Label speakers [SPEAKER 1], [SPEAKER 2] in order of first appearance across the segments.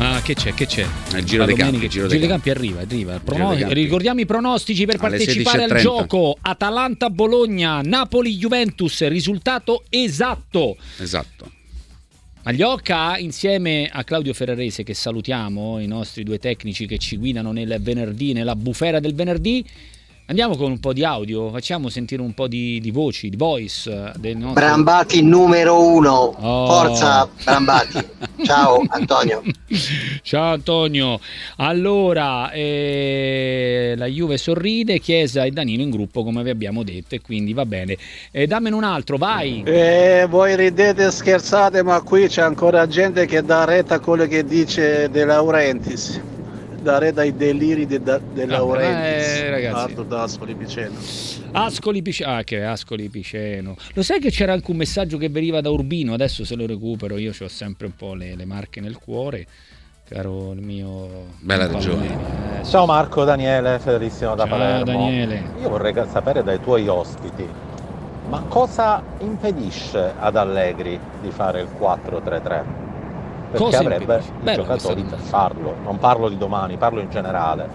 [SPEAKER 1] Ah, che c'è? Che c'è?
[SPEAKER 2] Il giro
[SPEAKER 1] La
[SPEAKER 2] dei
[SPEAKER 1] domenica-
[SPEAKER 2] campi, il giro
[SPEAKER 1] Giro
[SPEAKER 2] dei
[SPEAKER 1] dei campi arriva, arriva. Prono-
[SPEAKER 2] dei campi.
[SPEAKER 1] Ricordiamo i pronostici per
[SPEAKER 2] Alle
[SPEAKER 1] partecipare al
[SPEAKER 2] 16.30.
[SPEAKER 1] gioco: Atalanta-Bologna, Napoli-Juventus, risultato esatto.
[SPEAKER 2] Esatto.
[SPEAKER 1] Magliocca insieme a Claudio Ferrarese che salutiamo, i nostri due tecnici che ci guidano nel venerdì, nella bufera del venerdì. Andiamo con un po' di audio, facciamo sentire un po' di, di voci, di voice eh, del nostro
[SPEAKER 3] Brambati numero uno,
[SPEAKER 1] Oh.
[SPEAKER 3] forza Brambati. Ciao Antonio.
[SPEAKER 1] Ciao Antonio. Allora, eh, la Juve sorride, Chiesa e Danilo in gruppo come vi abbiamo detto e quindi va bene. Eh, dammene un altro, vai.
[SPEAKER 4] Eh, voi ridete e scherzate, ma qui c'è ancora gente che dà retta a quello che dice De Laurentiis. Dà retta ai deliri di da- De
[SPEAKER 1] Vabbè,
[SPEAKER 4] Laurentiis.
[SPEAKER 1] eh, ragazzi.
[SPEAKER 4] Arthur D'Ascoli Piceno.
[SPEAKER 1] Ascoli Piceno. Ah, che Ascoli Piceno. Lo sai che c'era anche un messaggio che veniva da Urbino, adesso se lo recupero, io ho sempre un po' le, le marche nel cuore. Caro il mio
[SPEAKER 2] Bella
[SPEAKER 1] Palomeni. Eh, sì.
[SPEAKER 5] Ciao Marco, Daniele, Federissimo da
[SPEAKER 1] Ciao,
[SPEAKER 5] Palermo.
[SPEAKER 1] Daniele.
[SPEAKER 5] Io vorrei ca- sapere dai tuoi ospiti, ma cosa impedisce ad Allegri di fare il 4-3-3? Perché
[SPEAKER 1] Cosa
[SPEAKER 5] avrebbe
[SPEAKER 1] impedisce?
[SPEAKER 5] i
[SPEAKER 1] Bella
[SPEAKER 5] giocatori
[SPEAKER 1] questa
[SPEAKER 5] per
[SPEAKER 1] domanda.
[SPEAKER 5] farlo, non parlo di domani, parlo in generale.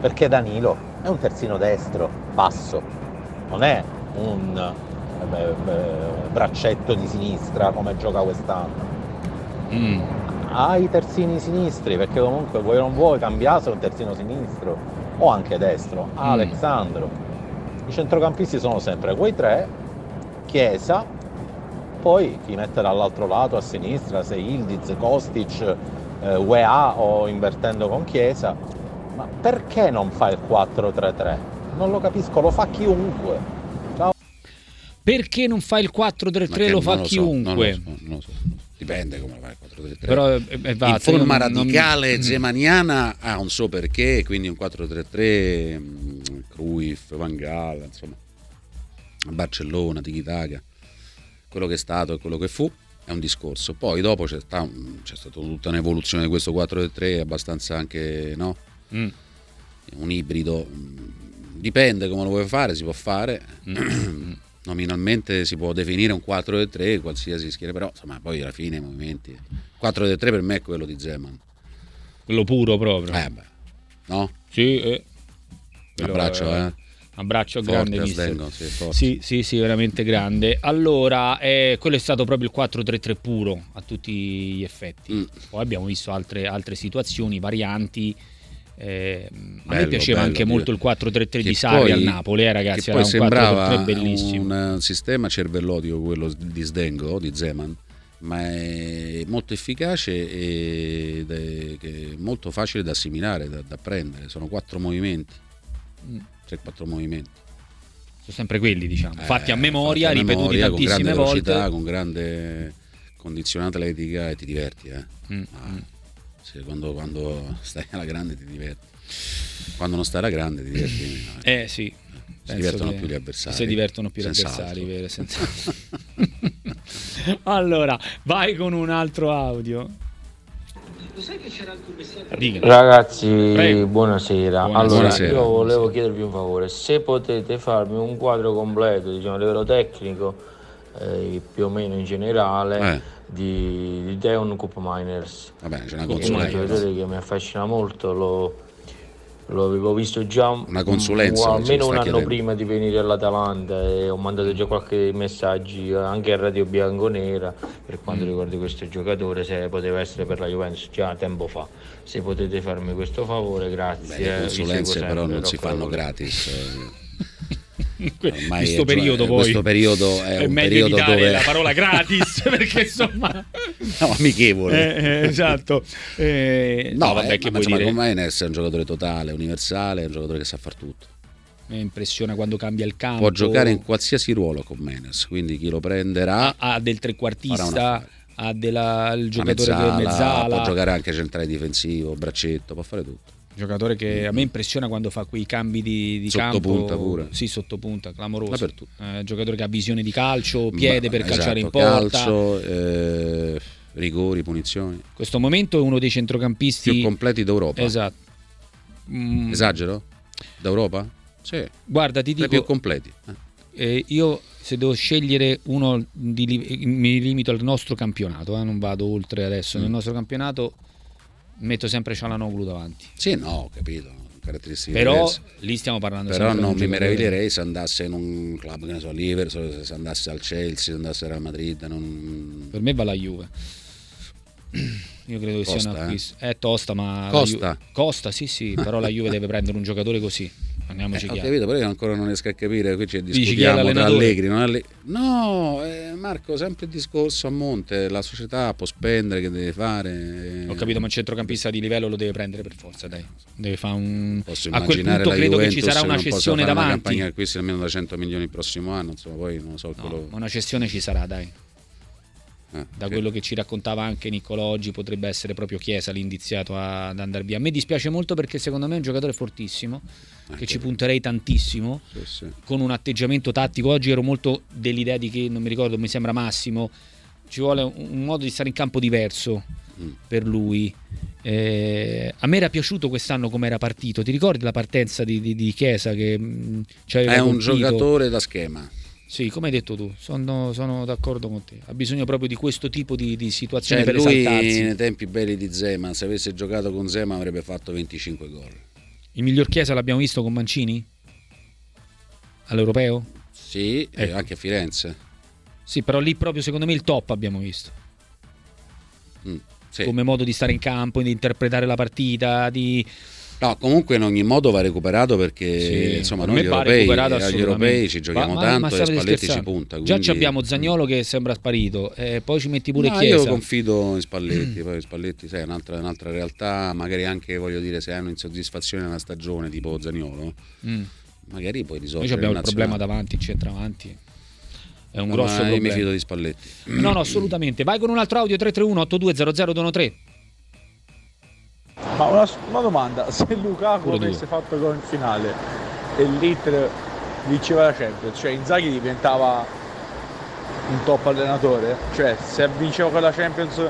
[SPEAKER 5] Perché Danilo è un terzino destro, basso, non è un eh, beh, beh, braccetto di sinistra come gioca quest'anno
[SPEAKER 1] Mm.
[SPEAKER 5] ai terzini sinistri, perché comunque vuoi o non vuoi cambiare un terzino sinistro o anche destro, Alexandro. I centrocampisti sono sempre quei tre, Chiesa, poi chi mette dall'altro lato a sinistra, se Ildiz, Kostic, eh, UEA o invertendo con Chiesa, ma perché non fa il 4-3-3? Non lo capisco, lo fa chiunque.
[SPEAKER 1] Perché non fa il 4-3-3
[SPEAKER 2] Ma
[SPEAKER 1] lo
[SPEAKER 2] che
[SPEAKER 1] fa
[SPEAKER 2] non so,
[SPEAKER 1] chiunque.
[SPEAKER 2] non lo so, non lo so. Dipende come va il 4-3-3.
[SPEAKER 1] Però, eh, eh, va,
[SPEAKER 2] in forma
[SPEAKER 1] io non- non-
[SPEAKER 2] radicale
[SPEAKER 1] Mm.
[SPEAKER 2] zemaniana ha un so perché, quindi un 4-3-3, mm, Cruyff, Van Gaal, insomma, Barcellona, Tiki-Taka, quello che è stato e quello che fu è un discorso. Poi dopo c'è, sta- c'è stata tutta un'evoluzione di questo 4-3 abbastanza anche, no?
[SPEAKER 1] Mm.
[SPEAKER 2] un ibrido mm, dipende come lo vuoi fare, si può fare.
[SPEAKER 1] Mm.
[SPEAKER 2] Nominalmente si può definire un 4-3 qualsiasi schiera, però insomma, poi alla fine i movimenti 4-3 per me è quello di Zeman.
[SPEAKER 1] Quello puro proprio.
[SPEAKER 2] Eh beh. No?
[SPEAKER 1] Sì, eh.
[SPEAKER 2] Un
[SPEAKER 1] Quello
[SPEAKER 2] abbraccio,
[SPEAKER 1] è-
[SPEAKER 2] eh.
[SPEAKER 1] Abbraccio
[SPEAKER 2] Forte,
[SPEAKER 1] grande,
[SPEAKER 2] a
[SPEAKER 1] mister.
[SPEAKER 2] Svengo, sì, forte.
[SPEAKER 1] Sì, sì, sì, veramente grande. Allora, eh, quello è stato proprio il 4-3-3 puro a tutti gli effetti.
[SPEAKER 2] Mm.
[SPEAKER 1] Poi abbiamo visto altre, altre situazioni, varianti. Eh, a me
[SPEAKER 2] Bello,
[SPEAKER 1] piaceva
[SPEAKER 2] bello,
[SPEAKER 1] anche
[SPEAKER 2] dire.
[SPEAKER 1] molto il 4-3-3 di
[SPEAKER 2] Che
[SPEAKER 1] Sarri
[SPEAKER 2] poi-
[SPEAKER 1] al Napoli, eh, ragazzi.
[SPEAKER 2] Che
[SPEAKER 1] Era
[SPEAKER 2] poi
[SPEAKER 1] un 4-3
[SPEAKER 2] sembrava
[SPEAKER 1] bellissimo.
[SPEAKER 2] un eh, sistema cervellotico quello di Sdengo, di Zeman, ma è molto efficace ed è che è molto facile da assimilare, da, da prendere. Sono quattro movimenti.
[SPEAKER 1] Mm.
[SPEAKER 2] Tre, quattro movimenti.
[SPEAKER 1] Sono sempre quelli, diciamo.
[SPEAKER 2] Eh,
[SPEAKER 1] fatti a memoria,
[SPEAKER 2] fatti a
[SPEAKER 1] ripetuti
[SPEAKER 2] memoria, con
[SPEAKER 1] tantissime
[SPEAKER 2] grande
[SPEAKER 1] volte.
[SPEAKER 2] velocità, con grande condizione atletica e ti diverti. eh.
[SPEAKER 1] Mm,
[SPEAKER 2] Ah,
[SPEAKER 1] mm.
[SPEAKER 2] sì, quando, quando stai alla grande ti diverti. Quando non stai alla grande ti diverti. meno, eh.
[SPEAKER 1] Eh sì. penso
[SPEAKER 2] divertono
[SPEAKER 1] che
[SPEAKER 2] più gli avversari.
[SPEAKER 1] Si divertono più gli
[SPEAKER 2] Senz'altro.
[SPEAKER 1] avversari, vero, senz'altro. allora, vai con un altro audio. Dica.
[SPEAKER 6] Ragazzi,
[SPEAKER 1] Prego.
[SPEAKER 6] buonasera.
[SPEAKER 1] Buonasera.
[SPEAKER 6] Allora,
[SPEAKER 2] Buonasera.
[SPEAKER 6] io volevo
[SPEAKER 2] Buonasera.
[SPEAKER 6] chiedervi un favore, se potete farmi un quadro completo, diciamo, a livello tecnico, eh, più o meno in generale,
[SPEAKER 2] Eh,
[SPEAKER 6] di, di Deon Cup Miners.
[SPEAKER 2] va bene, c'è una
[SPEAKER 1] Come
[SPEAKER 6] È un
[SPEAKER 2] consulenza.
[SPEAKER 6] giocatore che mi affascina molto, lo, lo avevo visto già
[SPEAKER 2] Una consulenza, ci
[SPEAKER 6] un- almeno
[SPEAKER 2] sta
[SPEAKER 6] un anno
[SPEAKER 2] chiedendo.
[SPEAKER 6] prima di venire all'Atalanta e ho mandato già qualche messaggi anche a Radio Bianconera per
[SPEAKER 2] Mm.
[SPEAKER 6] quanto riguarda questo giocatore, se poteva essere per la Juventus già tempo fa. Se potete farmi questo favore,
[SPEAKER 2] Beh,
[SPEAKER 6] grazie. eh, vi
[SPEAKER 2] le consulenze
[SPEAKER 6] seguo
[SPEAKER 2] però
[SPEAKER 6] sempre,
[SPEAKER 2] non si
[SPEAKER 6] Rocco
[SPEAKER 2] fanno
[SPEAKER 6] Napoli.
[SPEAKER 2] gratis. eh.
[SPEAKER 1] In
[SPEAKER 2] Ormai è
[SPEAKER 1] questo
[SPEAKER 2] già-
[SPEAKER 1] periodo
[SPEAKER 2] eh,
[SPEAKER 1] poi.
[SPEAKER 2] questo periodo è un
[SPEAKER 1] meglio
[SPEAKER 2] periodo
[SPEAKER 1] evitare
[SPEAKER 2] dove-
[SPEAKER 1] la parola gratis perché insomma
[SPEAKER 2] No, amichevole.
[SPEAKER 1] Eh, eh, esatto. Eh, no, vabbè,
[SPEAKER 2] eh,
[SPEAKER 1] che vuoi
[SPEAKER 2] ma insomma,
[SPEAKER 1] dire?
[SPEAKER 2] con Maines è un giocatore totale, universale, è un giocatore che sa far tutto.
[SPEAKER 1] Mi impressiona quando cambia il campo.
[SPEAKER 2] Può giocare in qualsiasi ruolo con Maines, quindi chi lo prenderà
[SPEAKER 1] ha del
[SPEAKER 2] Farà
[SPEAKER 1] trequartista,
[SPEAKER 2] una-
[SPEAKER 1] ha della- il
[SPEAKER 2] a
[SPEAKER 1] giocatore che è mezzala.
[SPEAKER 2] può giocare anche centrale difensivo, braccetto, può fare tutto.
[SPEAKER 1] Giocatore che a me impressiona quando fa quei cambi di, di campo.
[SPEAKER 2] Sottopunta pure.
[SPEAKER 1] Sì, sottopunta, clamoroso.
[SPEAKER 2] Dappertutto.
[SPEAKER 1] Eh, giocatore che ha visione di calcio, piede
[SPEAKER 2] Ma-
[SPEAKER 1] per calciare
[SPEAKER 2] esatto,
[SPEAKER 1] in porta.
[SPEAKER 2] Calcio, eh, rigori, punizioni.
[SPEAKER 1] In questo momento è uno dei
[SPEAKER 2] Più
[SPEAKER 1] centrocampisti.
[SPEAKER 2] completi d'Europa.
[SPEAKER 1] esatto. Mm,
[SPEAKER 2] Esagero? D'Europa? Sì.
[SPEAKER 1] Guarda, ti
[SPEAKER 2] Tra i più
[SPEAKER 1] dico,
[SPEAKER 2] completi. Eh.
[SPEAKER 1] eh, io se devo scegliere uno, di
[SPEAKER 2] Mm.
[SPEAKER 1] li- mi limito al nostro campionato, eh, non vado oltre adesso. Nel nostro campionato metto sempre Cialanoglu davanti.
[SPEAKER 2] Sì, no, ho capito. Caratteristiche
[SPEAKER 1] Però
[SPEAKER 2] diverse.
[SPEAKER 1] lì stiamo parlando
[SPEAKER 2] Però
[SPEAKER 1] sempre di
[SPEAKER 2] non
[SPEAKER 1] un
[SPEAKER 2] mi
[SPEAKER 1] giocatore-
[SPEAKER 2] meraviglierei se andasse in un club, che ne so, Liverpool, se andasse al Chelsea, se andasse al Real Madrid. Non...
[SPEAKER 1] Per me va la Juve. Io credo che sia
[SPEAKER 2] Costa,
[SPEAKER 1] un
[SPEAKER 2] eh?
[SPEAKER 1] acquisto. È tosta, ma. la
[SPEAKER 2] Costa?
[SPEAKER 1] Ju- Costa, sì, sì. Però la Juve deve prendere un giocatore così. Andiamoci
[SPEAKER 2] Eh, ho
[SPEAKER 1] chiaro.
[SPEAKER 2] capito, però io ancora non riesco a capire, qui ci
[SPEAKER 1] Dici chi è
[SPEAKER 2] discutiamo tra
[SPEAKER 1] l'allenatore?
[SPEAKER 2] Allegri, non Allegri. No, eh, Marco, sempre il discorso a monte, la società può spendere, che deve fare. eh,
[SPEAKER 1] Ho capito, ma il centrocampista di livello lo deve prendere per forza, dai. Deve fare un.
[SPEAKER 2] Posso
[SPEAKER 1] A quel
[SPEAKER 2] immaginare
[SPEAKER 1] punto
[SPEAKER 2] la
[SPEAKER 1] credo che ci
[SPEAKER 2] Juventus
[SPEAKER 1] sarà una
[SPEAKER 2] non possa
[SPEAKER 1] cessione
[SPEAKER 2] fare Una
[SPEAKER 1] davanti.
[SPEAKER 2] campagna di acquisti almeno da 100 milioni il prossimo anno, insomma, poi non
[SPEAKER 1] No,
[SPEAKER 2] so quello...
[SPEAKER 1] ma una cessione ci sarà, dai.
[SPEAKER 2] eh,
[SPEAKER 1] Da
[SPEAKER 2] sì.
[SPEAKER 1] quello che ci raccontava anche Nicolò oggi, potrebbe essere proprio Chiesa l'indiziato a- ad andare via. A me dispiace molto perché secondo me è un giocatore fortissimo, che
[SPEAKER 2] Anche-
[SPEAKER 1] ci punterei tantissimo.
[SPEAKER 2] sì, sì.
[SPEAKER 1] con un atteggiamento tattico. Oggi ero molto dell'idea di che, non mi ricordo, mi sembra Massimo, ci vuole un, un modo di stare in campo diverso
[SPEAKER 2] Mm.
[SPEAKER 1] per lui. Eh, a me era piaciuto quest'anno come era partito. Ti ricordi la partenza di, di- di Chiesa che mh, ci aveva
[SPEAKER 2] È un
[SPEAKER 1] colpito?
[SPEAKER 2] giocatore da schema.
[SPEAKER 1] Sì, come hai detto tu, sono, sono d'accordo con te. Ha bisogno proprio di questo tipo di, di situazioni
[SPEAKER 2] Cioè,
[SPEAKER 1] per
[SPEAKER 2] lui
[SPEAKER 1] esaltarsi.
[SPEAKER 2] nei tempi belli di Zema, se avesse giocato con Zema avrebbe fatto 25 gol.
[SPEAKER 1] Il miglior Chiesa l'abbiamo visto con Mancini? All'europeo?
[SPEAKER 2] Sì, e
[SPEAKER 1] Ecco.
[SPEAKER 2] anche a Firenze.
[SPEAKER 1] Sì, però lì proprio secondo me il top abbiamo visto.
[SPEAKER 2] Mm, sì.
[SPEAKER 1] come modo di stare in campo, di interpretare la partita, di...
[SPEAKER 2] No, comunque in ogni modo va recuperato perché
[SPEAKER 1] Sì,
[SPEAKER 2] Eh, insomma,
[SPEAKER 1] per
[SPEAKER 2] noi
[SPEAKER 1] me va
[SPEAKER 2] europei,
[SPEAKER 1] recuperato
[SPEAKER 2] agli
[SPEAKER 1] assolutamente.
[SPEAKER 2] europei ci
[SPEAKER 1] Ma-
[SPEAKER 2] giochiamo
[SPEAKER 1] ma- ma
[SPEAKER 2] tanto e
[SPEAKER 1] state
[SPEAKER 2] Spalletti ci
[SPEAKER 1] scherzando?
[SPEAKER 2] punta.
[SPEAKER 1] Già
[SPEAKER 2] quindi-
[SPEAKER 1] ci abbiamo Zagnolo che sembra sparito, eh, poi ci metti pure
[SPEAKER 2] No,
[SPEAKER 1] Chiesa.
[SPEAKER 2] Io confido in Spalletti, poi Spalletti sai, è un'altra, un'altra realtà, magari anche voglio dire se hanno insoddisfazione nella stagione tipo Zagnolo,
[SPEAKER 1] Mm.
[SPEAKER 2] magari poi risolvere.
[SPEAKER 1] Noi abbiamo il
[SPEAKER 2] in
[SPEAKER 1] problema
[SPEAKER 2] nazionale.
[SPEAKER 1] davanti, il centravanti. È un
[SPEAKER 2] No,
[SPEAKER 1] grosso
[SPEAKER 2] ma io mi
[SPEAKER 1] problema.
[SPEAKER 2] fido di Spalletti.
[SPEAKER 1] No, no, assolutamente. Vai con un altro audio 331 8200
[SPEAKER 7] Ma una, una domanda, se Lukaku
[SPEAKER 1] Pure tu.
[SPEAKER 7] avesse fatto gol in finale e l'Inter vinceva la Champions, cioè Inzaghi diventava un top allenatore, cioè se vinceva quella Champions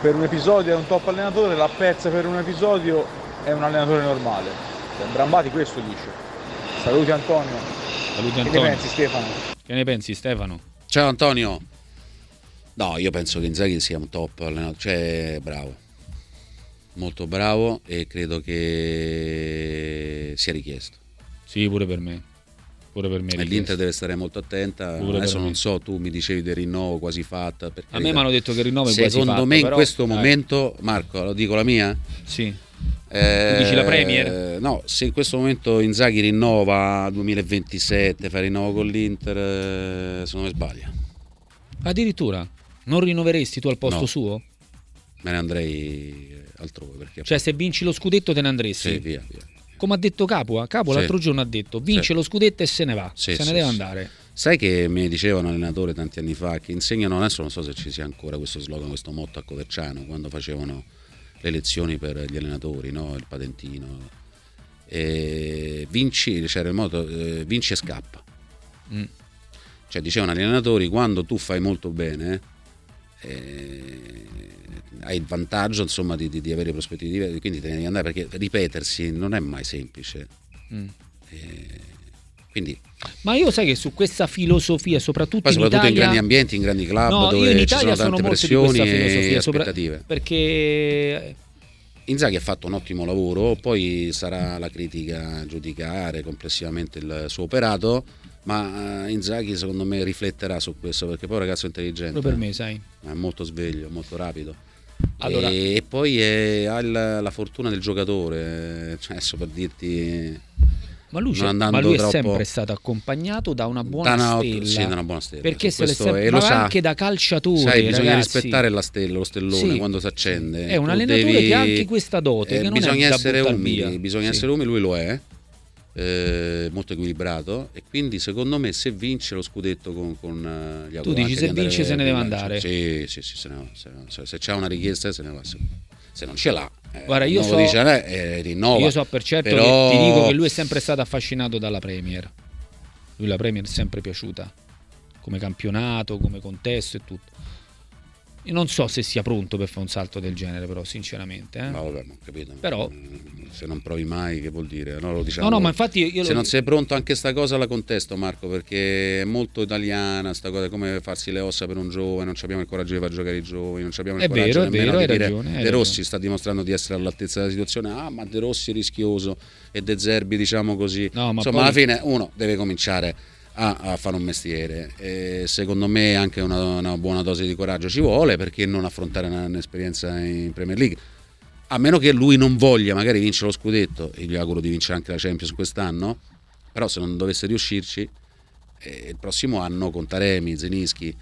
[SPEAKER 7] per un episodio è un top allenatore, l'ha persa per un episodio è un allenatore normale. Cioè, Brambati questo dice. Saluti Antonio.
[SPEAKER 1] Saluti
[SPEAKER 7] Che ne
[SPEAKER 1] Antonio.
[SPEAKER 7] pensi Stefano?
[SPEAKER 1] Che ne pensi Stefano?
[SPEAKER 2] Ciao Antonio. No, io penso che Inzaghi sia un top allenatore, cioè bravo. Molto bravo e credo che sia richiesto.
[SPEAKER 1] Sì, pure per me. Pure per me.
[SPEAKER 2] E L'Inter deve stare molto attenta.
[SPEAKER 1] Pure
[SPEAKER 2] Adesso
[SPEAKER 1] per me.
[SPEAKER 2] non so, tu mi dicevi del rinnovo quasi fatta. per
[SPEAKER 1] A me
[SPEAKER 2] carità.
[SPEAKER 1] mi hanno detto che il rinnovo è quasi
[SPEAKER 2] Secondo
[SPEAKER 1] fatto,
[SPEAKER 2] me in
[SPEAKER 1] però-
[SPEAKER 2] questo
[SPEAKER 1] eh,
[SPEAKER 2] momento, Marco, lo dico la mia.
[SPEAKER 1] Sì.
[SPEAKER 2] eh,
[SPEAKER 1] dici la Premier?
[SPEAKER 2] No, se in questo momento Inzaghi rinnova 2027, fa rinnovo con l'Inter, eh, secondo me sbaglia.
[SPEAKER 1] Addirittura non rinnoveresti tu al posto
[SPEAKER 2] No.
[SPEAKER 1] suo?
[SPEAKER 2] Me ne andrei eh, altrove perché
[SPEAKER 1] Cioè se vinci lo scudetto te ne andresti?
[SPEAKER 2] Sì, via, via.
[SPEAKER 1] Come ha detto Capua, Capo
[SPEAKER 2] Sì.
[SPEAKER 1] l'altro giorno ha detto vince
[SPEAKER 2] Sì.
[SPEAKER 1] lo scudetto e se ne va,
[SPEAKER 2] Sì,
[SPEAKER 1] se ne
[SPEAKER 2] sì,
[SPEAKER 1] deve
[SPEAKER 2] sì.
[SPEAKER 1] andare.
[SPEAKER 2] Sai che mi diceva un allenatore tanti anni fa che insegnano, adesso non so se ci sia ancora questo slogan, questo motto a Coverciano, quando facevano le lezioni per gli allenatori, no? il patentino. E vinci, c'era il motto, eh, vinci e scappa.
[SPEAKER 1] Mm.
[SPEAKER 2] Cioè dicevano agli allenatori, quando tu fai molto bene, eh, hai il vantaggio insomma di, di- di avere prospettive diverse, quindi te ne devi andare perché ripetersi non è mai semplice.
[SPEAKER 1] Mm.
[SPEAKER 2] Eh, quindi
[SPEAKER 1] Ma io sai che su questa filosofia, soprattutto,
[SPEAKER 2] Poi
[SPEAKER 1] in
[SPEAKER 2] soprattutto in
[SPEAKER 1] Italia,
[SPEAKER 2] grandi ambienti, in grandi club
[SPEAKER 1] No, io
[SPEAKER 2] dove
[SPEAKER 1] in
[SPEAKER 2] ci
[SPEAKER 1] Italia
[SPEAKER 2] sono
[SPEAKER 1] sono
[SPEAKER 2] tante
[SPEAKER 1] molto di
[SPEAKER 2] pressioni
[SPEAKER 1] questa filosofia,
[SPEAKER 2] e
[SPEAKER 1] sopra-
[SPEAKER 2] aspettative.
[SPEAKER 1] perché
[SPEAKER 2] Inzaghi ha fatto un ottimo lavoro, poi sarà la critica a giudicare complessivamente il suo operato, ma eh, Inzaghi secondo me rifletterà su questo perché poi è un ragazzo intelligente, eh,
[SPEAKER 1] proprio per me, sai.
[SPEAKER 2] è molto sveglio, molto rapido.
[SPEAKER 1] Allora-
[SPEAKER 2] E, e poi è- ha il- la fortuna del giocatore, eh, cioè, adesso per dirti
[SPEAKER 1] Ma lui, c'è-
[SPEAKER 2] Non andando
[SPEAKER 1] ma lui è
[SPEAKER 2] troppo-
[SPEAKER 1] sempre stato accompagnato da una buona
[SPEAKER 2] da una-
[SPEAKER 1] stella.
[SPEAKER 2] sì, da una buona stella.
[SPEAKER 1] Perché
[SPEAKER 2] Su
[SPEAKER 1] se l'è
[SPEAKER 2] questo-
[SPEAKER 1] sempre-
[SPEAKER 2] e lo
[SPEAKER 1] ma
[SPEAKER 2] sa.
[SPEAKER 1] anche da calciatore,
[SPEAKER 2] Sai, bisogna
[SPEAKER 1] ragazzi.
[SPEAKER 2] rispettare la stella, lo stellone
[SPEAKER 1] Sì.
[SPEAKER 2] quando si accende.
[SPEAKER 1] È un
[SPEAKER 2] Tu
[SPEAKER 1] allenatore
[SPEAKER 2] devi- Eh,
[SPEAKER 1] che ha anche questa dote, che non è
[SPEAKER 2] bisogna
[SPEAKER 1] da
[SPEAKER 2] essere
[SPEAKER 1] buttar
[SPEAKER 2] umili,
[SPEAKER 1] via.
[SPEAKER 2] bisogna
[SPEAKER 1] Sì.
[SPEAKER 2] essere umili, lui lo è. eh, molto equilibrato e quindi secondo me se vince lo scudetto con, con eh, gli
[SPEAKER 1] Tu dici, se vince, se ne deve andare.
[SPEAKER 2] sì, sì, sì, se, ne va, se ne va. Se- se c'è una richiesta se ne va sicuro. se non ce l'ha eh,
[SPEAKER 1] Guarda, io
[SPEAKER 2] non
[SPEAKER 1] so-
[SPEAKER 2] lo dice, eh, eh, rinnova
[SPEAKER 1] Io so per certo
[SPEAKER 2] Però-
[SPEAKER 1] che ti dico che lui è sempre stato affascinato dalla Premier. Lui la Premier è sempre piaciuta come campionato, come contesto e tutto. Io non so se sia pronto per fare un salto del genere, però, sinceramente. eh.
[SPEAKER 2] Ma vabbè, ma ho capito. ma,
[SPEAKER 1] Però-
[SPEAKER 2] mm, Se non provi mai, che vuol dire? No, lo diciamo.
[SPEAKER 1] no, no, ma infatti io- io
[SPEAKER 2] Se
[SPEAKER 1] lo-
[SPEAKER 2] non sei pronto anche sta cosa la contesto Marco perché è molto italiana sta cosa è come farsi le ossa per un giovane, non abbiamo il coraggio di far giocare i giovani, non abbiamo il
[SPEAKER 1] È
[SPEAKER 2] coraggio
[SPEAKER 1] vero, è
[SPEAKER 2] nemmeno
[SPEAKER 1] vero,
[SPEAKER 2] di
[SPEAKER 1] hai
[SPEAKER 2] dire
[SPEAKER 1] ragione, hai
[SPEAKER 2] De
[SPEAKER 1] ragione."
[SPEAKER 2] Rossi sta dimostrando di essere all'altezza della situazione, ah ma De Rossi è rischioso e De Zerbi diciamo così.
[SPEAKER 1] No, ma
[SPEAKER 2] Insomma
[SPEAKER 1] poi-
[SPEAKER 2] alla fine uno deve cominciare a, a fare un mestiere e secondo me anche una, una buona dose di coraggio ci vuole perché non affrontare una- un'esperienza in Premier League a meno che lui non voglia magari vincere lo scudetto e gli auguro di vincere anche la Champions quest'anno però se non dovesse riuscirci eh, il prossimo anno con Taremi, Zenischi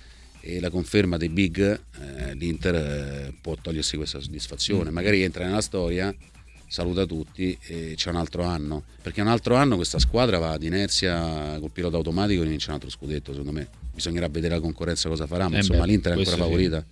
[SPEAKER 2] e la conferma dei big eh, l'Inter eh, può togliersi questa
[SPEAKER 1] Mm.
[SPEAKER 2] soddisfazione magari entra nella storia saluta tutti e c'è un altro anno perché un altro anno questa squadra va ad inerzia col pilota automatico e vince un altro scudetto secondo me bisognerà vedere la concorrenza cosa farà ma
[SPEAKER 1] Eh
[SPEAKER 2] insomma
[SPEAKER 1] beh,
[SPEAKER 2] l'Inter è ancora
[SPEAKER 1] questo sì.
[SPEAKER 2] favorita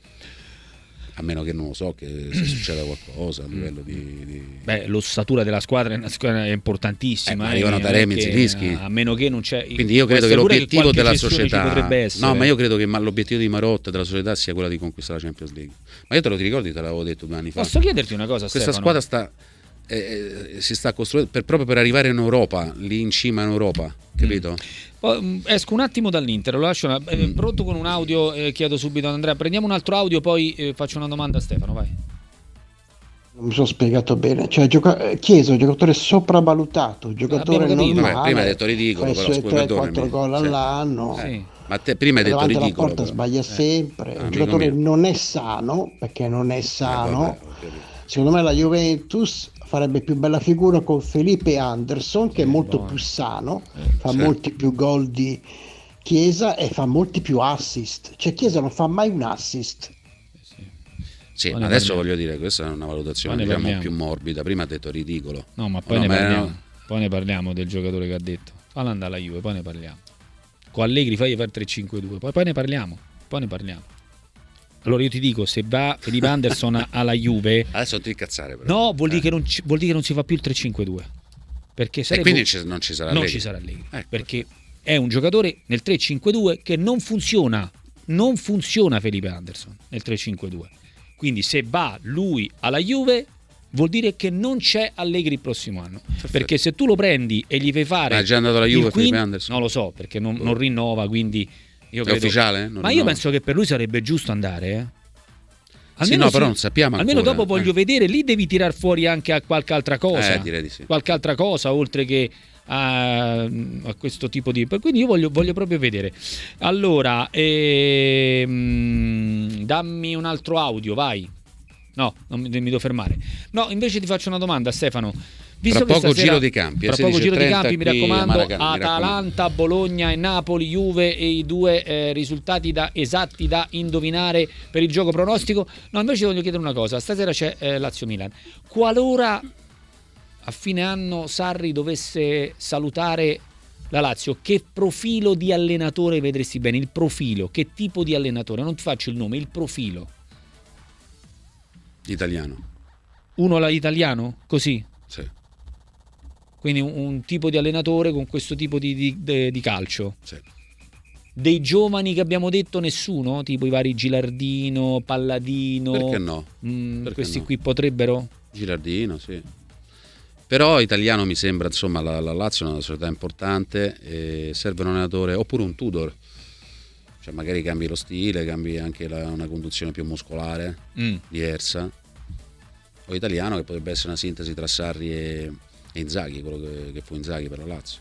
[SPEAKER 2] a meno che non lo so che se succeda qualcosa a livello di, di-
[SPEAKER 1] Mm. Beh, l'ossatura della squadra è, una squadra- è importantissima.
[SPEAKER 2] Eh, ma
[SPEAKER 1] eh,
[SPEAKER 2] arrivano
[SPEAKER 1] non è
[SPEAKER 2] Taremi e
[SPEAKER 1] che-
[SPEAKER 2] Zilinski.
[SPEAKER 1] A meno che non c'è.
[SPEAKER 2] quindi io credo che
[SPEAKER 1] questa pure
[SPEAKER 2] l'obiettivo
[SPEAKER 1] qualche
[SPEAKER 2] della
[SPEAKER 1] cessione ci
[SPEAKER 2] società
[SPEAKER 1] potrebbe essere.
[SPEAKER 2] no ma io credo che ma- l'obiettivo di Marotta della società sia quello di conquistare la Champions League ma io te lo ti ricordi te l'avevo detto due anni fa
[SPEAKER 1] Posso chiederti una cosa,
[SPEAKER 2] questa
[SPEAKER 1] Stefano?
[SPEAKER 2] squadra sta eh, eh, si sta costruendo per- proprio per arrivare in Europa lì in cima in Europa capito?
[SPEAKER 1] Mm. Poi, mh, Oh, esco un attimo dall'Inter, lo lascio una-
[SPEAKER 2] Mm.
[SPEAKER 1] eh, pronto con un audio, eh, chiedo subito ad Andrea. Prendiamo un altro audio, poi eh, faccio una domanda a Stefano, vai.
[SPEAKER 8] Non mi sono spiegato bene, cioè gioca- eh, Chiesa è un giocatore sopravvalutato, un giocatore
[SPEAKER 1] L'abbiamo capito.
[SPEAKER 8] normale,
[SPEAKER 2] Vabbè, prima hai detto ridicolo,
[SPEAKER 8] fa i
[SPEAKER 2] però,
[SPEAKER 8] suoi
[SPEAKER 2] scusa,
[SPEAKER 8] 3-4
[SPEAKER 2] perdonami.
[SPEAKER 8] gol
[SPEAKER 2] Sì.
[SPEAKER 8] all'anno,
[SPEAKER 2] Eh.
[SPEAKER 1] Sì.
[SPEAKER 2] ma te prima hai detto
[SPEAKER 8] davanti alla
[SPEAKER 2] ridicolo
[SPEAKER 8] porta
[SPEAKER 2] però.
[SPEAKER 8] sbaglia
[SPEAKER 2] Eh,
[SPEAKER 8] sempre, un
[SPEAKER 2] amico
[SPEAKER 8] giocatore
[SPEAKER 2] mio. Eh,
[SPEAKER 8] non è sano, perché non è sano,
[SPEAKER 2] vabbè, ho capito.
[SPEAKER 8] secondo me la Juventus farebbe più bella figura con Felipe Anderson che è
[SPEAKER 1] Eh,
[SPEAKER 8] molto
[SPEAKER 1] buono.
[SPEAKER 8] più sano, fa
[SPEAKER 2] sì.
[SPEAKER 8] molti più gol di Chiesa e fa molti più assist, cioè Chiesa non fa mai un assist.
[SPEAKER 2] Sì,
[SPEAKER 1] Poi
[SPEAKER 2] ma
[SPEAKER 1] ne
[SPEAKER 2] adesso
[SPEAKER 1] parliamo.
[SPEAKER 2] voglio dire, questa è una valutazione
[SPEAKER 1] Poi ne
[SPEAKER 2] diciamo
[SPEAKER 1] parliamo.
[SPEAKER 2] più morbida. Prima ha detto ridicolo.
[SPEAKER 1] No, ma poi
[SPEAKER 2] No,
[SPEAKER 1] ne
[SPEAKER 2] ma
[SPEAKER 1] parliamo.
[SPEAKER 2] no.
[SPEAKER 1] Poi ne parliamo del giocatore che ha detto. Falla andare alla Juve, poi ne parliamo. Con Allegri fai per 3-5-2, poi, poi ne parliamo. Poi ne parliamo. Allora io ti dico, se va Felipe Anderson a- alla Juve,
[SPEAKER 2] Adesso non ti incazzare però.
[SPEAKER 1] no, vuol dire,
[SPEAKER 2] Eh.
[SPEAKER 1] che non ci, vuol dire che non si fa più il 3-5-2. Perché
[SPEAKER 2] E
[SPEAKER 1] sarebbe,
[SPEAKER 2] quindi ci- non ci sarà
[SPEAKER 1] non
[SPEAKER 2] Allegri.
[SPEAKER 1] ci sarà Allegri.
[SPEAKER 2] Ecco.
[SPEAKER 1] Perché è un giocatore nel 3-5-2 che non funziona. Non funziona Felipe Anderson nel 3-5-2. Quindi se va lui alla Juve vuol dire che non c'è Allegri il prossimo anno. Perché se tu lo prendi e gli fai fare...
[SPEAKER 2] Ma è già andato alla
[SPEAKER 1] il
[SPEAKER 2] Juve
[SPEAKER 1] quin-
[SPEAKER 2] Felipe Anderson? Boh.
[SPEAKER 1] No, lo so, perché non, non rinnova, quindi... Io
[SPEAKER 2] È
[SPEAKER 1] credo-
[SPEAKER 2] ufficiale? Non
[SPEAKER 1] Ma io
[SPEAKER 2] rinnova?
[SPEAKER 1] penso che per lui sarebbe giusto andare, eh.
[SPEAKER 2] Sì, no, però non sappiamo
[SPEAKER 1] Almeno
[SPEAKER 2] ancora,
[SPEAKER 1] dopo
[SPEAKER 2] eh.
[SPEAKER 1] voglio vedere, lì devi tirar fuori anche a qualche altra cosa
[SPEAKER 2] Eh, direi di sì.
[SPEAKER 1] qualche altra cosa oltre che a, a questo tipo di... Quindi io voglio, voglio proprio vedere. Allora, ehm, dammi un altro audio, vai. No, non mi, mi devo fermare. No, invece ti faccio una domanda, Stefano.
[SPEAKER 2] Tra
[SPEAKER 1] che
[SPEAKER 2] poco
[SPEAKER 1] stasera-
[SPEAKER 2] giro di campi, eh,
[SPEAKER 1] Tra poco giro di
[SPEAKER 2] 16:30
[SPEAKER 1] campi, mi
[SPEAKER 2] qui a
[SPEAKER 1] raccomando,
[SPEAKER 2] Maracanã, mi raccomando.
[SPEAKER 1] Atalanta, Bologna e Napoli, Juve e i due eh, risultati da- esatti da indovinare per il gioco pronostico. No, invece voglio chiedere una cosa. Stasera c'è eh, Lazio-Milan. Qualora a fine anno Sarri dovesse salutare la Lazio, che profilo di allenatore vedresti bene? Il profilo, che tipo di allenatore? Non ti faccio il nome, il profilo.
[SPEAKER 2] Italiano.
[SPEAKER 1] Uno all'italiano? Così?
[SPEAKER 2] Sì,
[SPEAKER 1] Quindi un, un tipo di allenatore con questo tipo di, di- de- di calcio.
[SPEAKER 2] sì.
[SPEAKER 1] Dei giovani che abbiamo detto nessuno? Tipo i vari Gilardino, Palladino.
[SPEAKER 2] Perché no?
[SPEAKER 1] Mm,
[SPEAKER 2] Perché
[SPEAKER 1] questi
[SPEAKER 2] no?
[SPEAKER 1] qui potrebbero?
[SPEAKER 2] Girardino, sì. Però italiano mi sembra, insomma, la, la Lazio è una società importante, e serve un allenatore, oppure un Tudor. Cioè magari cambi lo stile, cambi anche la- una conduzione più muscolare.
[SPEAKER 1] Mm.
[SPEAKER 2] diversa o italiano che potrebbe essere una sintesi tra Sarri e, e Inzaghi, quello che, che fu Inzaghi per la Lazio.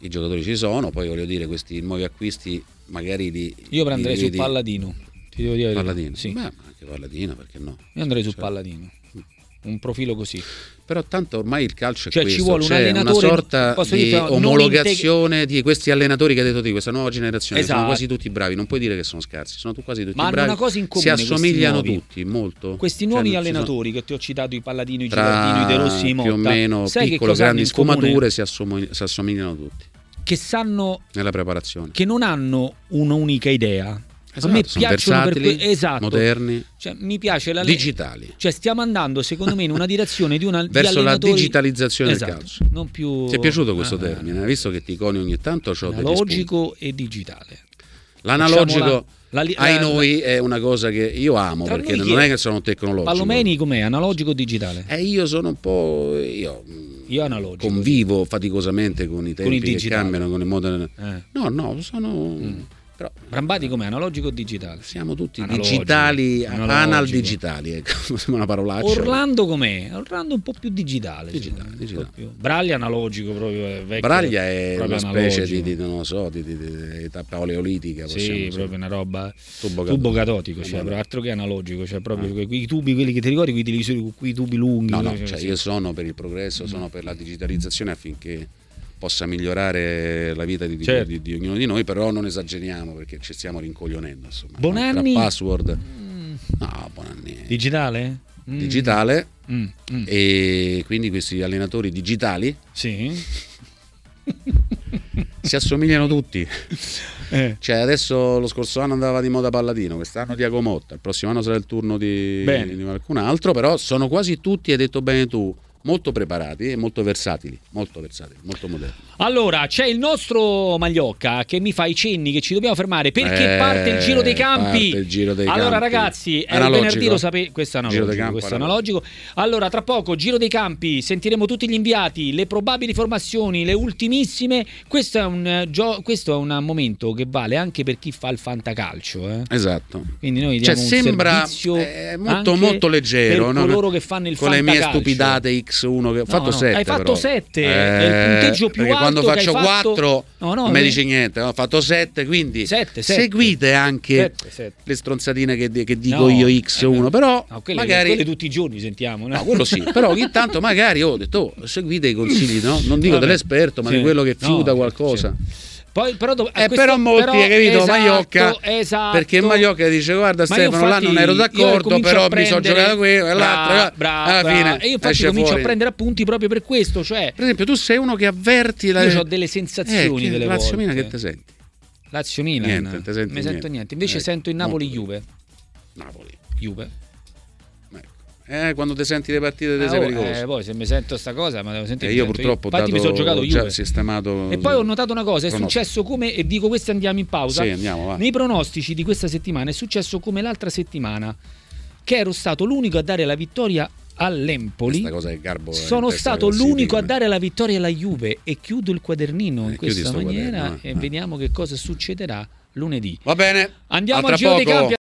[SPEAKER 2] I giocatori ci sono, poi voglio dire questi nuovi acquisti magari di...
[SPEAKER 1] Io prenderei
[SPEAKER 2] di-
[SPEAKER 1] su
[SPEAKER 2] di-
[SPEAKER 1] Palladino. Ti devo dire. la verità.
[SPEAKER 2] Palladino.
[SPEAKER 1] Sì.
[SPEAKER 2] Beh, ma anche Palladino, perché no?
[SPEAKER 1] Io andrei su
[SPEAKER 2] Cioè,
[SPEAKER 1] Palladino. Un profilo così.
[SPEAKER 2] Però tanto ormai il calcio è
[SPEAKER 1] Cioè, ci
[SPEAKER 2] questo,
[SPEAKER 1] vuole un
[SPEAKER 2] c'è
[SPEAKER 1] allenatore-
[SPEAKER 2] una sorta
[SPEAKER 1] posso
[SPEAKER 2] di
[SPEAKER 1] dire, però, non
[SPEAKER 2] omologazione di questi allenatori che hai detto di questa nuova generazione,
[SPEAKER 1] Esatto.
[SPEAKER 2] sono quasi tutti bravi, non puoi dire che sono scarsi, sono tu- quasi tutti
[SPEAKER 1] Ma hanno
[SPEAKER 2] bravi.
[SPEAKER 1] una cosa in
[SPEAKER 2] si
[SPEAKER 1] comune questi
[SPEAKER 2] assomigliano
[SPEAKER 1] nuovi.
[SPEAKER 2] tutti, molto.
[SPEAKER 1] Questi
[SPEAKER 2] Cioè,
[SPEAKER 1] nuovi
[SPEAKER 2] non ci sono-
[SPEAKER 1] allenatori che ti ho citato, i Palladino, i Girardino,
[SPEAKER 2] tra
[SPEAKER 1] i De Rossi, i Motta,
[SPEAKER 2] più o meno
[SPEAKER 1] sai che
[SPEAKER 2] piccole
[SPEAKER 1] cosa hanno
[SPEAKER 2] grandi
[SPEAKER 1] in comune?
[SPEAKER 2] sfumature si, assomig- si assomigliano tutti
[SPEAKER 1] Che sanno
[SPEAKER 2] nella preparazione.
[SPEAKER 1] che non hanno un'unica idea. A
[SPEAKER 2] Esatto,
[SPEAKER 1] me
[SPEAKER 2] sono
[SPEAKER 1] piacciono per
[SPEAKER 2] versatili,
[SPEAKER 1] que- esatto.
[SPEAKER 2] moderni,
[SPEAKER 1] Cioè, mi piace la
[SPEAKER 2] digitali.
[SPEAKER 1] Cioè, stiamo andando, secondo me, in una direzione di una di
[SPEAKER 2] Verso la
[SPEAKER 1] allenatori-
[SPEAKER 2] digitalizzazione del
[SPEAKER 1] Esatto,
[SPEAKER 2] calcio.
[SPEAKER 1] Non più
[SPEAKER 2] Ti è piaciuto questo eh,
[SPEAKER 1] Ah,
[SPEAKER 2] termine? Hai visto che ti coni ogni tanto c'ho degli spunti.
[SPEAKER 1] analogico e digitale.
[SPEAKER 2] L'analogico
[SPEAKER 1] Diciamo la- la-
[SPEAKER 2] ai
[SPEAKER 1] la-
[SPEAKER 2] noi è una cosa che io amo
[SPEAKER 1] Tra
[SPEAKER 2] perché
[SPEAKER 1] noi chi
[SPEAKER 2] non
[SPEAKER 1] è?
[SPEAKER 2] è che sono tecnologico.
[SPEAKER 1] Palomeni com'è? Analogico o digitale?
[SPEAKER 2] Eh, io sono un po'. Io, mh,
[SPEAKER 1] Io analogico.
[SPEAKER 2] convivo faticosamente con i tempi che
[SPEAKER 1] digitale.
[SPEAKER 2] cambiano, con il modo.
[SPEAKER 1] Eh.
[SPEAKER 2] No, no, sono.
[SPEAKER 1] Mm.
[SPEAKER 2] Però
[SPEAKER 1] Brambati com'è? Analogico o digitale?
[SPEAKER 2] siamo tutti
[SPEAKER 1] Analogico,
[SPEAKER 2] digitali,
[SPEAKER 1] analogico.
[SPEAKER 2] anal digitali, ecco, sembra una parolaccia.
[SPEAKER 1] Orlando com'è? Orlando un po' più digitale.
[SPEAKER 2] Digitale,
[SPEAKER 1] secondo me,
[SPEAKER 2] digitale.
[SPEAKER 1] un po' più- Braglia analogico proprio. eh, vecchio,
[SPEAKER 2] Braglia è
[SPEAKER 1] proprio
[SPEAKER 2] una specie
[SPEAKER 1] analogico.
[SPEAKER 2] di, di- non lo so, di, di- di- età paleolitica, possiamo
[SPEAKER 1] Sì,
[SPEAKER 2] dire.
[SPEAKER 1] proprio una roba
[SPEAKER 2] Tubo catodico.
[SPEAKER 1] tubo catotico, cioè,
[SPEAKER 2] Tubo Ah.
[SPEAKER 1] proprio altro che analogico, cioè proprio quei, quei tubi, quelli che ti ricordi, quei televisori con quei tubi lunghi.
[SPEAKER 2] No, no,
[SPEAKER 1] quelli-
[SPEAKER 2] cioè io sono per il progresso, sono per la digitalizzazione affinché possa migliorare la vita di, di-
[SPEAKER 1] Certo.
[SPEAKER 2] di- di ognuno di noi, però non esageriamo perché ci stiamo rincoglionendo. Insomma.
[SPEAKER 1] Bonanni?
[SPEAKER 2] Tra password,
[SPEAKER 1] Mm,
[SPEAKER 2] no, Bonanni.
[SPEAKER 1] digitale? Mm,
[SPEAKER 2] digitale Eh.
[SPEAKER 1] mm, mm,
[SPEAKER 2] e quindi questi allenatori digitali
[SPEAKER 1] Sì.
[SPEAKER 2] si assomigliano tutti.
[SPEAKER 1] Eh,
[SPEAKER 2] Cioè adesso lo scorso anno andava di moda Palladino, quest'anno Diago Motta, il prossimo anno sarà il turno di,
[SPEAKER 1] Bene.
[SPEAKER 2] di qualcun altro, però sono quasi tutti, hai detto bene tu, molto preparati e molto versatili, molto versatili, molto moderni.
[SPEAKER 1] Allora, c'è il nostro Magliocca che mi fa i cenni che ci dobbiamo fermare perché
[SPEAKER 2] Eh,
[SPEAKER 1] parte il giro dei campi.
[SPEAKER 2] parte il giro dei
[SPEAKER 1] allora,
[SPEAKER 2] campi.
[SPEAKER 1] ragazzi, è il
[SPEAKER 2] Analogico.
[SPEAKER 1] venerdì, lo sapete. Questo è
[SPEAKER 2] Giro
[SPEAKER 1] analogico.
[SPEAKER 2] dei campi,
[SPEAKER 1] questo è analogico. Allora, tra poco, giro dei campi, sentiremo tutti gli inviati, le probabili formazioni, le ultimissime. Questo è un, eh, gio- questo è un momento che vale anche per chi fa il fantacalcio. Eh?
[SPEAKER 2] Esatto.
[SPEAKER 1] Quindi noi
[SPEAKER 2] Cioè
[SPEAKER 1] diamo un
[SPEAKER 2] sembra
[SPEAKER 1] servizio
[SPEAKER 2] eh, molto,
[SPEAKER 1] anche
[SPEAKER 2] molto leggero
[SPEAKER 1] per
[SPEAKER 2] no?
[SPEAKER 1] coloro che fanno il
[SPEAKER 2] con le mie
[SPEAKER 1] fantacalcio.
[SPEAKER 2] stupidate X1 che ho
[SPEAKER 1] No,
[SPEAKER 2] fatto
[SPEAKER 1] no,
[SPEAKER 2] 7
[SPEAKER 1] hai fatto sette, è il punteggio più alto
[SPEAKER 2] quando
[SPEAKER 1] che hai
[SPEAKER 2] faccio
[SPEAKER 1] fatto-
[SPEAKER 2] 4
[SPEAKER 1] No, no,
[SPEAKER 2] non mi
[SPEAKER 1] eh.
[SPEAKER 2] dici niente no, ho fatto 7 quindi
[SPEAKER 1] Sette, sette.
[SPEAKER 2] seguite anche
[SPEAKER 1] Sette, sette.
[SPEAKER 2] le stronzatine che, di- che dico
[SPEAKER 1] No,
[SPEAKER 2] io X1
[SPEAKER 1] eh,
[SPEAKER 2] però
[SPEAKER 1] no, quelle,
[SPEAKER 2] magari
[SPEAKER 1] quelle tutti i giorni sentiamo. no?
[SPEAKER 2] No, quello sì, però ogni tanto magari ho detto oh, seguite i consigli, no? non dico
[SPEAKER 1] Vabbè.
[SPEAKER 2] dell'esperto, ma
[SPEAKER 1] Sì.
[SPEAKER 2] di quello che
[SPEAKER 1] No,
[SPEAKER 2] fiuta
[SPEAKER 1] sì,
[SPEAKER 2] qualcosa.
[SPEAKER 1] sì. Poi, però, dov-
[SPEAKER 2] Eh,
[SPEAKER 1] questo-
[SPEAKER 2] però molti, hai capito?
[SPEAKER 1] esatto,
[SPEAKER 2] Maiocca,
[SPEAKER 1] esatto.
[SPEAKER 2] perché Maiocca dice: Guarda,
[SPEAKER 1] Ma io
[SPEAKER 2] Stefano, là
[SPEAKER 1] infatti-
[SPEAKER 2] non ero
[SPEAKER 1] io
[SPEAKER 2] d'accordo,
[SPEAKER 1] comincio
[SPEAKER 2] però
[SPEAKER 1] a
[SPEAKER 2] mi sono
[SPEAKER 1] prendere-
[SPEAKER 2] giocato qui e l'altro.
[SPEAKER 1] Bra-
[SPEAKER 2] là,
[SPEAKER 1] bra-
[SPEAKER 2] alla
[SPEAKER 1] bra-
[SPEAKER 2] fine,
[SPEAKER 1] E io infatti
[SPEAKER 2] esce
[SPEAKER 1] comincio
[SPEAKER 2] fuori.
[SPEAKER 1] a prendere appunti proprio per questo, cioè
[SPEAKER 2] Per esempio, tu sei uno che avverti la. Eh,
[SPEAKER 1] Io ho delle sensazioni
[SPEAKER 2] che-
[SPEAKER 1] delle
[SPEAKER 2] Lazio
[SPEAKER 1] volte. eh.
[SPEAKER 2] Mina che te senti?
[SPEAKER 1] Lazio Milan.
[SPEAKER 2] Niente, te senti
[SPEAKER 1] mi sento
[SPEAKER 2] niente.
[SPEAKER 1] niente. Invece
[SPEAKER 2] Ecco,
[SPEAKER 1] sento il Napoli
[SPEAKER 2] molto
[SPEAKER 1] Juve.
[SPEAKER 2] Napoli.
[SPEAKER 1] Juve.
[SPEAKER 2] Ecco. Eh, quando ti senti le partite te
[SPEAKER 1] Eh,
[SPEAKER 2] sei
[SPEAKER 1] oh,
[SPEAKER 2] pericoloso.
[SPEAKER 1] eh, poi se mi sento sta cosa, ma devo sentire.
[SPEAKER 2] e
[SPEAKER 1] mi
[SPEAKER 2] Eh, io
[SPEAKER 1] sento
[SPEAKER 2] purtroppo ho
[SPEAKER 1] Infatti mi
[SPEAKER 2] dato-
[SPEAKER 1] sono giocato
[SPEAKER 2] ho già
[SPEAKER 1] Juve.
[SPEAKER 2] sistemato.
[SPEAKER 1] E poi ho notato una cosa, è
[SPEAKER 2] Pronostico.
[SPEAKER 1] successo come e dico questo andiamo in pausa.
[SPEAKER 2] Sì, andiamo, va.
[SPEAKER 1] Nei pronostici di questa settimana è successo come l'altra settimana che ero stato l'unico a dare la vittoria all'Empoli.
[SPEAKER 2] Questa cosa è garbo. eh, in
[SPEAKER 1] Sono
[SPEAKER 2] testa
[SPEAKER 1] stato
[SPEAKER 2] che si
[SPEAKER 1] l'unico a
[SPEAKER 2] dicono.
[SPEAKER 1] dare la vittoria alla Juve e chiudo il quadernino in
[SPEAKER 2] Eh, chiudi
[SPEAKER 1] questa
[SPEAKER 2] sto
[SPEAKER 1] maniera
[SPEAKER 2] quaderno, eh.
[SPEAKER 1] e
[SPEAKER 2] Eh.
[SPEAKER 1] vediamo che cosa succederà lunedì.
[SPEAKER 2] Va bene.
[SPEAKER 1] Andiamo
[SPEAKER 2] a
[SPEAKER 1] al
[SPEAKER 2] tra
[SPEAKER 1] giro dei
[SPEAKER 2] poco.
[SPEAKER 1] campi.